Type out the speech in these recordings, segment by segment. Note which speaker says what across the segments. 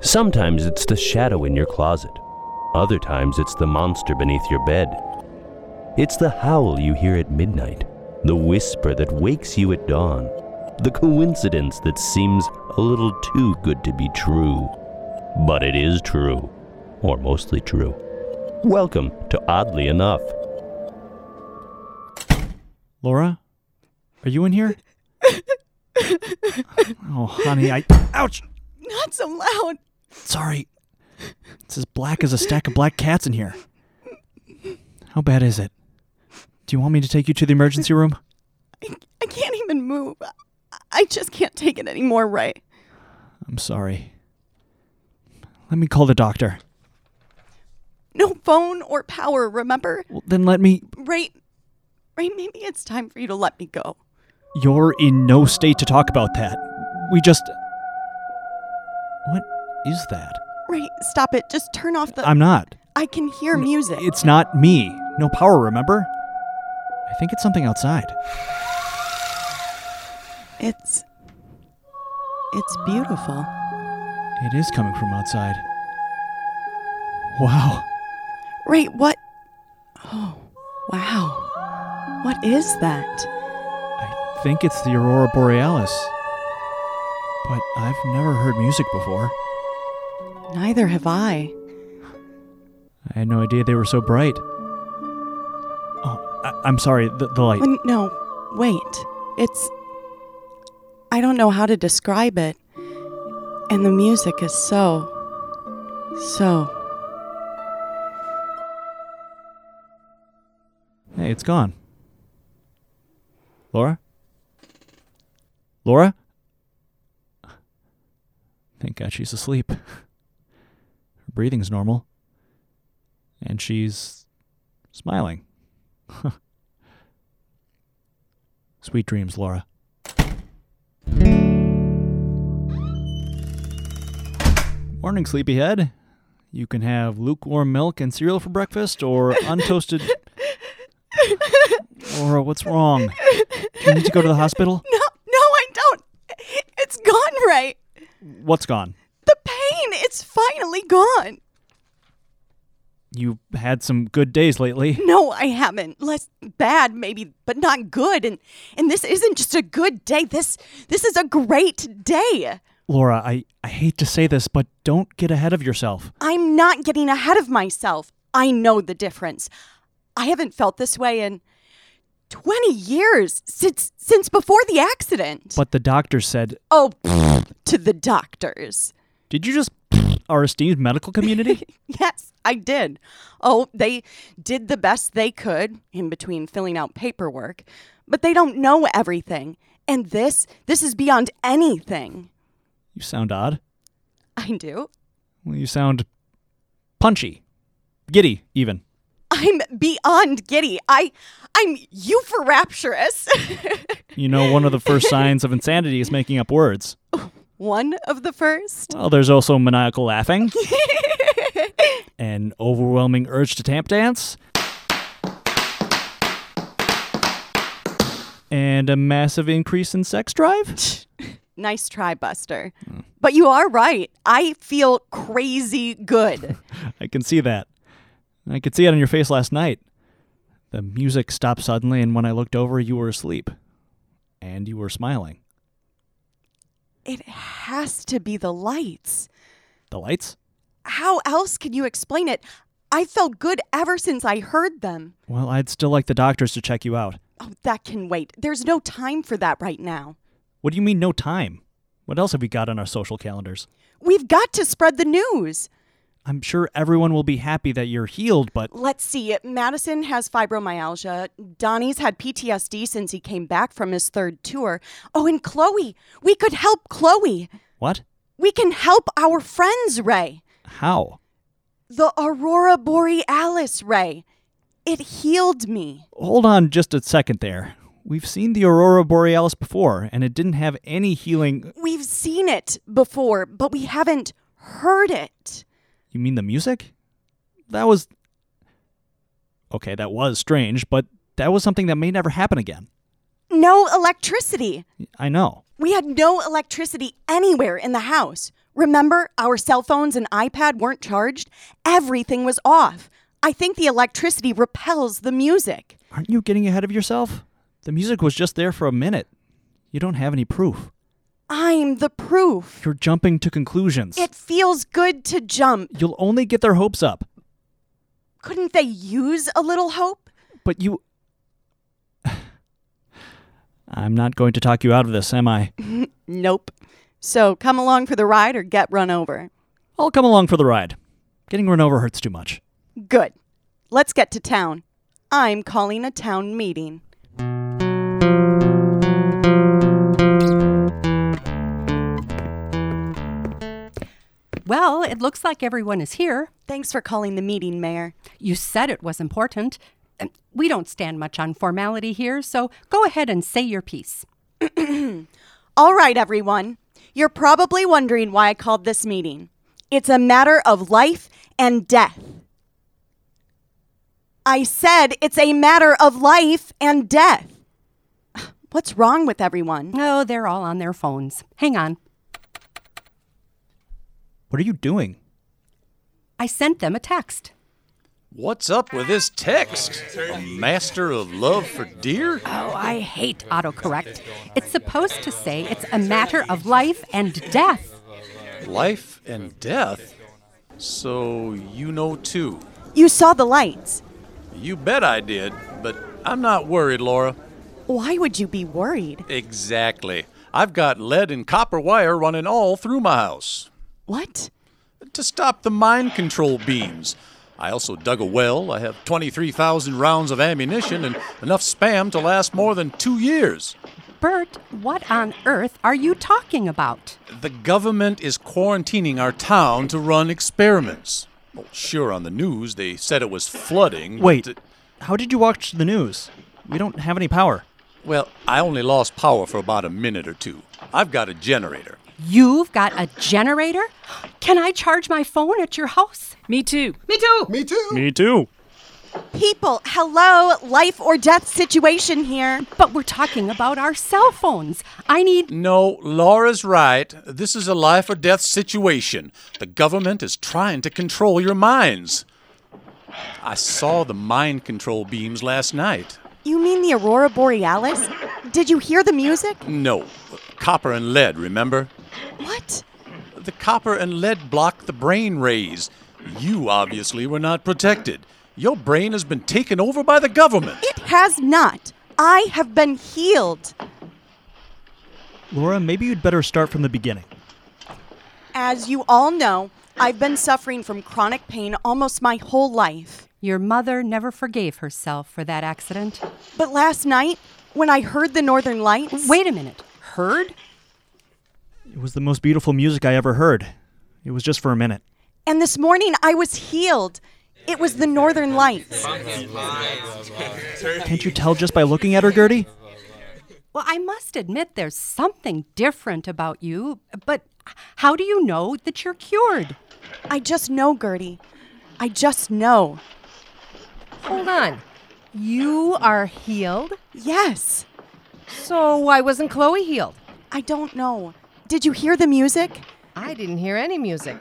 Speaker 1: Sometimes it's the shadow in your closet. Other times it's the monster beneath your bed. It's the howl you hear at midnight, the whisper that wakes you at dawn, the coincidence that seems a little too good to be true. But it is true, or mostly true. Welcome to Oddly Enough.
Speaker 2: Laura, are you in here? oh, honey, I. Ouch!
Speaker 3: Not so loud.
Speaker 2: Sorry. It's as black as a stack of black cats in here. How bad is it? Do you want me to take you to the emergency room?
Speaker 3: I, I can't even move. I- I just can't take it anymore, Ray.
Speaker 2: I'm sorry. Let me call the doctor.
Speaker 3: No phone or power, remember?
Speaker 2: Well, then let me.
Speaker 3: Ray, Ray, maybe it's time for you to let me go.
Speaker 2: You're in no state to talk about that. We just. What is that?
Speaker 3: Ray, stop it. Just turn off the.
Speaker 2: I'm not.
Speaker 3: I can hear music.
Speaker 2: It's not me. No power, remember? I think it's something outside.
Speaker 3: It's. It's beautiful.
Speaker 2: It is coming from outside. Wow.
Speaker 3: Ray, what? Oh, wow. What is that?
Speaker 2: I think it's the Aurora Borealis. But I've never heard music before.
Speaker 3: Neither have I.
Speaker 2: I had no idea they were so bright. Oh, I- I'm sorry, the, the light.
Speaker 3: N- No, wait. It's. I don't know how to describe it. And the music is so. so.
Speaker 2: Hey, it's gone. Laura? Laura? Thank God she's asleep. Her breathing's normal. And she's smiling. Sweet dreams, Laura. Morning, sleepyhead. You can have lukewarm milk and cereal for breakfast or untoasted. Laura, what's wrong? Do you need to go to the hospital?
Speaker 3: No, no, I don't! It's gone, Ray!
Speaker 2: What's gone?
Speaker 3: The pain! It's finally gone!
Speaker 2: You've had some good days lately.
Speaker 3: No, I haven't. Less bad, maybe, but not good. And and this isn't just a good day. This this is a great day.
Speaker 2: Laura, I, I hate to say this, but don't get ahead of yourself.
Speaker 3: I'm not getting ahead of myself. I know the difference. I haven't felt this way in 20 years since since before the accident.
Speaker 2: But the doctor said,
Speaker 3: oh, to the doctors.
Speaker 2: Did you just our esteemed medical community?
Speaker 3: Yes, I did. Oh, they did the best they could in between filling out paperwork, but they don't know everything. And this this is beyond anything.
Speaker 2: you sound odd.
Speaker 3: I do.
Speaker 2: Well, you sound punchy, giddy, even.
Speaker 3: I'm beyond giddy. I I'm euphorapturous.
Speaker 2: You know, one of the first signs of insanity is making up words.
Speaker 3: One of the first.
Speaker 2: Well, there's also maniacal laughing, an overwhelming urge to tap dance, and a massive increase in sex drive.
Speaker 3: Nice try, Buster. But you are right. I feel crazy good.
Speaker 2: I can see that. I could see it on your face last night. The music stopped suddenly, and when I looked over, you were asleep. And you were smiling.
Speaker 3: it has to be the lights.
Speaker 2: The lights?
Speaker 3: how else can you explain it? I felt good ever since I heard them.
Speaker 2: Well, I'd still like the doctors to check you out.
Speaker 3: Oh, that can wait. There's no time for that right now.
Speaker 2: What do you mean, no time? What else have we got on our social calendars?
Speaker 3: We've got to spread the news.
Speaker 2: I'm sure everyone will be happy that you're healed, but
Speaker 3: Let's see. Madison has fibromyalgia. Donnie's had PTSD since he came back from his third tour. Oh, and Chloe. We could help Chloe.
Speaker 2: what?
Speaker 3: We can help our friends, Ray.
Speaker 2: How?
Speaker 3: The Aurora Borealis, Ray. It healed me.
Speaker 2: Hold on just a second there. We've seen the Aurora Borealis before, and it didn't have any healing.
Speaker 3: We've seen it before, but we haven't heard it.
Speaker 2: You mean the music? That was. Okay, that was strange, but that was something that may never happen again.
Speaker 3: No electricity.
Speaker 2: I know.
Speaker 3: We had no electricity anywhere in the house. Remember, our cell phones and iPad weren't charged? Everything was off. I think the electricity repels the music.
Speaker 2: Aren't you getting ahead of yourself? The music was just there for a minute. You don't have any proof.
Speaker 3: I'm the proof.
Speaker 2: You're jumping to conclusions.
Speaker 3: It feels good to jump.
Speaker 2: You'll only get their hopes up.
Speaker 3: Couldn't they use a little hope?
Speaker 2: But you. I'm not going to talk you out of this, am I?
Speaker 3: Nope. So come along for the ride or get run over.
Speaker 2: I'll come along for the ride. Getting run over hurts too much.
Speaker 3: Good. Let's get to town. I'm calling a town meeting.
Speaker 4: Well, it looks like everyone is here.
Speaker 3: Thanks for calling the meeting, Mayor.
Speaker 4: You said it was important. Um, We don't stand much on formality here, so go ahead and say your piece.
Speaker 3: All right, everyone. You're probably wondering why I called this meeting. It's a matter of life and death. I said it's a matter of life and death. What's wrong with everyone?
Speaker 4: Oh, they're all on their phones. Hang on.
Speaker 2: What are you doing?
Speaker 4: I sent them a text.
Speaker 5: What's up with this text? A master of love for deer?
Speaker 4: Oh, I hate autocorrect. It's supposed to say it's a matter of life and death.
Speaker 5: Life and death? So you know too.
Speaker 3: You saw the lights.
Speaker 5: You bet I did, but I'm not worried, Laura.
Speaker 3: Why would you be worried?
Speaker 5: Exactly. I've got lead and copper wire running all through my house
Speaker 3: What?
Speaker 5: to stop the mind control beams. I also dug a well. I have 23,000 rounds of ammunition and enough spam to last more than two years.
Speaker 4: Bert, what on earth are you talking about?
Speaker 5: The government is quarantining our town to run experiments. Well, sure, on the news they said it was flooding. but
Speaker 2: Wait,
Speaker 5: it-
Speaker 2: how did you watch the news? We don't have any power.
Speaker 5: well, I only lost power for about a minute or two. I've got a generator.
Speaker 4: You've got a generator? Can I charge my phone at your house?
Speaker 6: Me too.
Speaker 2: Me too.
Speaker 3: People, hello, life or death situation here.
Speaker 4: But we're talking about our cell phones. I need.
Speaker 5: No, Laura's right. This is a life or death situation. The government is trying to control your minds. I saw the mind control beams last night.
Speaker 3: You mean the Aurora Borealis? Did you hear the music?
Speaker 5: No, copper and lead, remember?
Speaker 3: What?
Speaker 5: The copper and lead block the brain rays. You obviously were not protected. Your brain has been taken over by the government.
Speaker 3: It has not. I have been healed.
Speaker 2: Laura, maybe you'd better start from the beginning.
Speaker 3: As you all know, I've been suffering from chronic pain almost my whole life.
Speaker 4: Your mother never forgave herself for that accident.
Speaker 3: But last night, when I heard the northern lights,
Speaker 4: Wait a minute. Heard?
Speaker 2: It was the most beautiful music I ever heard. It was just for a minute.
Speaker 3: and this morning I was healed. It was the northern lights.
Speaker 2: Can't you tell just by looking at her, Gertie?
Speaker 4: Well, I must admit there's something different about you, but how do you know that you're cured?
Speaker 3: I just know, Gertie. I just know.
Speaker 7: Hold on.
Speaker 4: You are healed?
Speaker 3: Yes,
Speaker 7: So why wasn't Chloe healed?
Speaker 3: I don't know. Did you hear the music?
Speaker 7: I didn't hear any music.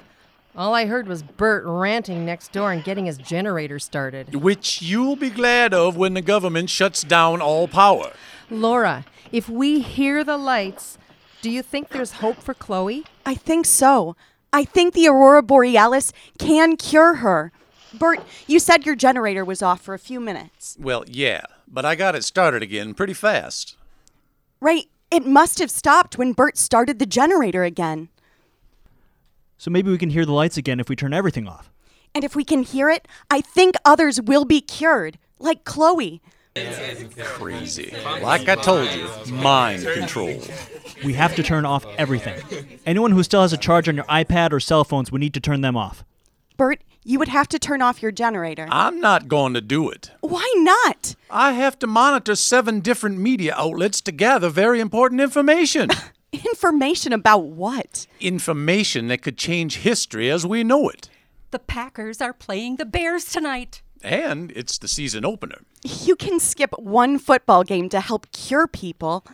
Speaker 7: All I heard was Bert ranting next door and getting his generator started.
Speaker 5: Which you'll be glad of when the government shuts down all power.
Speaker 7: Laura, if we hear the lights, do you think there's hope for Chloe?
Speaker 3: I think so. I think the Aurora Borealis can cure her. Bert, you said your generator was off for a few minutes,
Speaker 5: Well, yeah, but I got it started again pretty fast.
Speaker 3: right? It must have stopped when Bert started the generator again.
Speaker 2: So maybe we can hear the lights again if we turn everything off.
Speaker 3: And if we can hear it, I think others will be cured, like Chloe.
Speaker 5: Crazy. Like I told you, mind control.
Speaker 2: We have to turn off everything. Anyone who still has a charge on your iPad or cell phones, we need to turn them off.
Speaker 3: Bert, you would have to turn off your generator.
Speaker 5: I'm not going to do it.
Speaker 3: Why not?
Speaker 5: I have to monitor seven different media outlets to gather very important information.
Speaker 3: Information about what?
Speaker 5: information that could change history as we know it.
Speaker 4: The Packers are playing the Bears tonight.
Speaker 5: And it's the season opener.
Speaker 3: You can skip one football game to help cure people.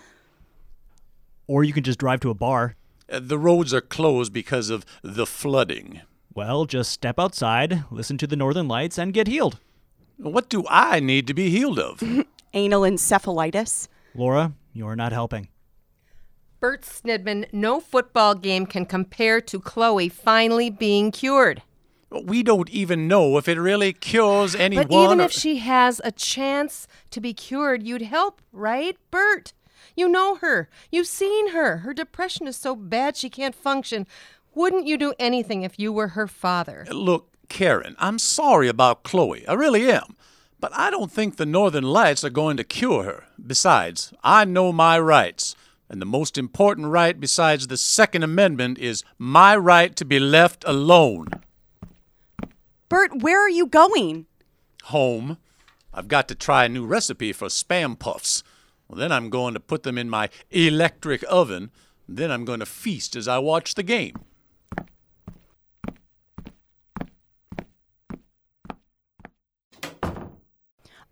Speaker 2: Or you can just drive to a bar.
Speaker 5: Uh, The roads are closed because of the flooding.
Speaker 2: Well, just step outside, listen to the northern lights, and get healed.
Speaker 5: What do I need to be healed of?
Speaker 3: Anal encephalitis.
Speaker 2: Laura, you're not helping.
Speaker 7: Bert Snidman, no football game can compare to Chloe finally being cured.
Speaker 5: we don't even know if it really cures anyone.
Speaker 7: But even
Speaker 5: or-
Speaker 7: if she has a chance to be cured, you'd help, right, Bert? You know her. You've seen her. Her depression is so bad she can't function. Wouldn't you do anything if you were her father?
Speaker 5: Look, Karen, I'm sorry about Chloe. I really am. But I don't think the Northern Lights are going to cure her. Besides, I know my rights. And the most important right besides the Second Amendment is my right to be left alone.
Speaker 3: Bert, where are you going?
Speaker 5: Home. I've got to try a new recipe for spam puffs. Well, then I'm going to put them in my electric oven. Then I'm going to feast as I watch the game.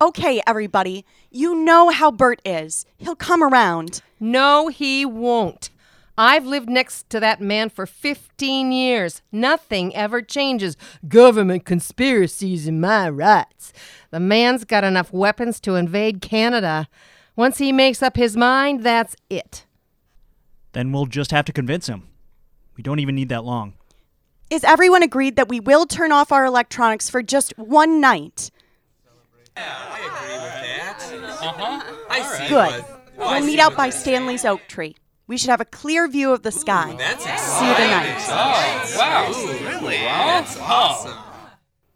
Speaker 3: Okay, everybody, you know how Bert is. He'll come around.
Speaker 7: No, he won't. I've lived next to that man for 15 years. Nothing ever changes. Government conspiracies and my rights. The man's got enough weapons to invade Canada. Once he makes up his mind, that's it.
Speaker 2: Then we'll just have to convince him. We don't even need that long.
Speaker 3: Is everyone agreed that we will turn off our electronics for just one night?
Speaker 6: Uh-huh. I see.
Speaker 3: Good. We'll meet out by Stanley's oak tree. We should have a clear view of the sky. See you tonight.
Speaker 6: Wow. really? That's awesome.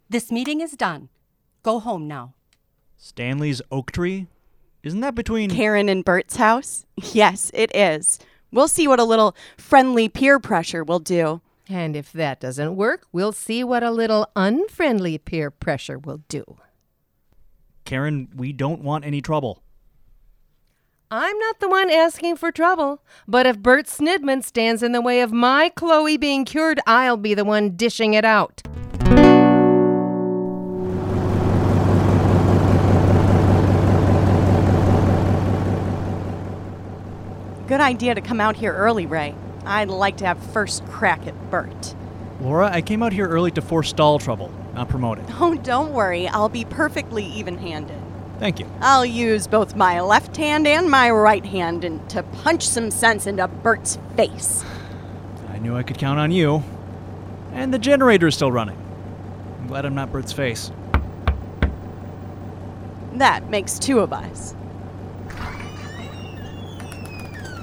Speaker 4: This meeting is done. Go home now.
Speaker 2: Stanley's oak tree? Isn't that between.
Speaker 3: Karen and Bert's house? Yes, it is. We'll see what a little friendly peer pressure will do.
Speaker 7: And if that doesn't work, we'll see what a little unfriendly peer pressure will do.
Speaker 2: Karen, we don't want any trouble.
Speaker 7: I'm not the one asking for trouble, but if Bert Snidman stands in the way of my Chloe being cured, I'll be the one dishing it out.
Speaker 3: Good idea to come out here early, Ray. I'd like to have first crack at Bert.
Speaker 2: Laura, I came out here early to forestall trouble, not promote it.
Speaker 3: Oh, don't worry. I'll be perfectly even handed.
Speaker 2: Thank you.
Speaker 3: I'll use both my left hand and my right hand and to punch some sense into Bert's face.
Speaker 2: I knew I could count on you. And the generator is still running. I'm glad I'm not Bert's face.
Speaker 3: That makes two of us.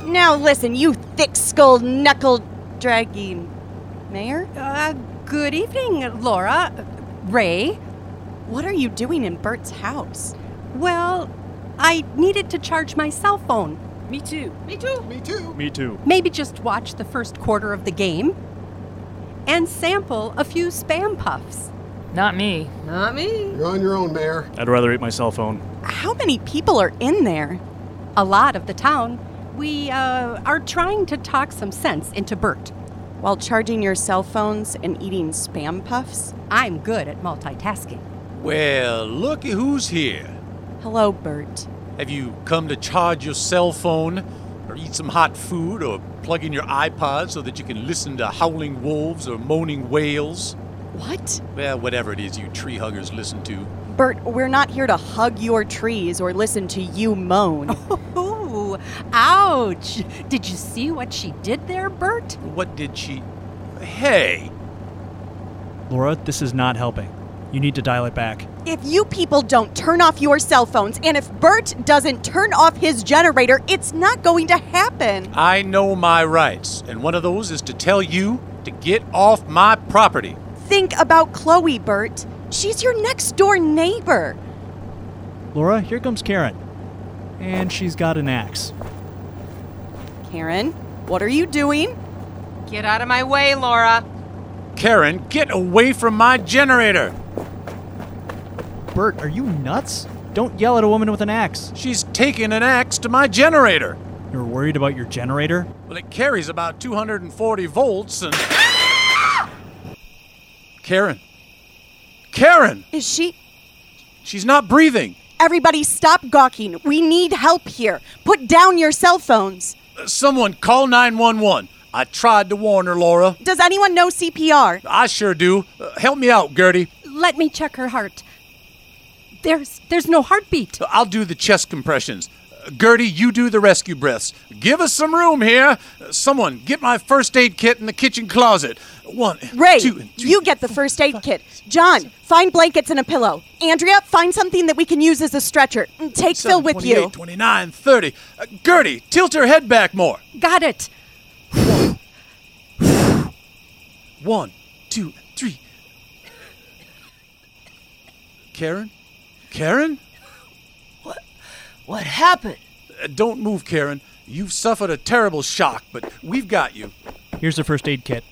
Speaker 3: Now listen, you thick skulled, knuckle dragging mayor.
Speaker 4: Uh, good evening, Laura. Ray.
Speaker 3: What are you doing in Bert's house?
Speaker 4: Well, I needed to charge my cell phone.
Speaker 3: Me too.
Speaker 2: Me too.
Speaker 4: Maybe just watch the first quarter of the game and sample a few spam puffs.
Speaker 8: Not me.
Speaker 7: Not me.
Speaker 9: You're on your own, Mayor.
Speaker 2: I'd rather eat my cell phone.
Speaker 3: How many people are in there?
Speaker 4: A lot of the town. We uh, are trying to talk some sense into Bert.
Speaker 3: While charging your cell phones and eating spam puffs?
Speaker 4: I'm good at multitasking.
Speaker 5: Well, looky who's here.
Speaker 3: Hello, Bert.
Speaker 5: Have you come to charge your cell phone, or eat some hot food, or plug in your iPod so that you can listen to howling wolves or moaning whales?
Speaker 3: What?
Speaker 5: Well, whatever it is you tree huggers listen to.
Speaker 3: Bert, we're not here to hug your trees or listen to you moan.
Speaker 4: Ooh, ouch! Did you see what she did there, Bert?
Speaker 5: What did she. Hey!
Speaker 2: Laura, this is not helping. You need to dial it back.
Speaker 3: If you people don't turn off your cell phones, and if Bert doesn't turn off his generator, it's not going to happen.
Speaker 5: I know my rights, and one of those is to tell you to get off my property.
Speaker 3: Think about Chloe, Bert. She's your next door neighbor.
Speaker 2: Laura, here comes Karen. And she's got an axe.
Speaker 3: Karen, what are you doing?
Speaker 7: Get out of my way, Laura.
Speaker 5: Karen, get away from my generator!
Speaker 2: Bert, are you nuts? Don't yell at a woman with an axe.
Speaker 5: She's taking an axe to my generator!
Speaker 2: You're worried about your generator?
Speaker 5: Well, it carries about 240 volts and. Karen. Karen!
Speaker 3: Is she?
Speaker 5: She's not breathing!
Speaker 3: Everybody, stop gawking. We need help here. Put down your cell phones.
Speaker 5: Someone call 911. I tried to warn her, Laura.
Speaker 3: Does anyone know CPR?
Speaker 5: I sure do. Uh, help me out, Gertie.
Speaker 4: Let me check her heart. There's there's no heartbeat.
Speaker 5: I'll do the chest compressions. Uh, Gertie, you do the rescue breaths. Give us some room here. Uh, Someone, get my first aid kit in the kitchen closet. One,
Speaker 3: Ray,
Speaker 5: two, and three.
Speaker 3: you get the first aid kit. John, find blankets and a pillow. Andrea, find something that we can use as a stretcher. And Take Phil with
Speaker 5: 28,
Speaker 3: you.
Speaker 5: 29, 30. Uh, Gertie, tilt her head back more.
Speaker 4: Got it.
Speaker 5: One, two, three. Karen? Karen?
Speaker 7: What happened?
Speaker 5: Uh, don't move, Karen. You've suffered a terrible shock, but we've got you.
Speaker 2: Here's the first aid kit.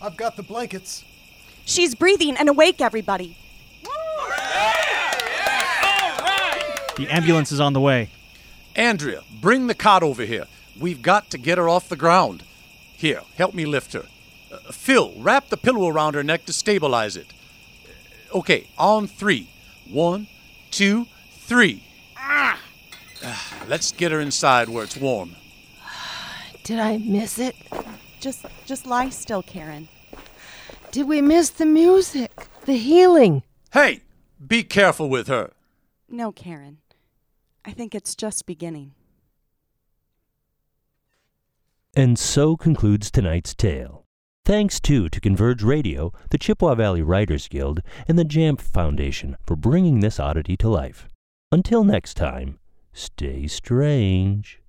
Speaker 8: I've got the blankets.
Speaker 3: She's breathing and awake, everybody.
Speaker 2: The ambulance is on the way.
Speaker 5: Andrea, bring the cot over here. We've got to get her off the ground. Here, help me lift her. Uh, Phil, wrap the pillow around her neck to stabilize it. Uh, Okay, on three. One, two, three. Ah. Ah, Let's get her inside where it's warm.
Speaker 7: Did I miss it?
Speaker 3: Just just lie still, Karen.
Speaker 7: Did we miss the music? The healing?
Speaker 5: Hey, be careful with her.
Speaker 3: No, Karen. I think it's just beginning.
Speaker 1: And so concludes tonight's tale. Thanks, too, to Converge Radio, the Chippewa Valley Writers Guild, and the Jamf Foundation for bringing this oddity to life. Until next time, stay strange.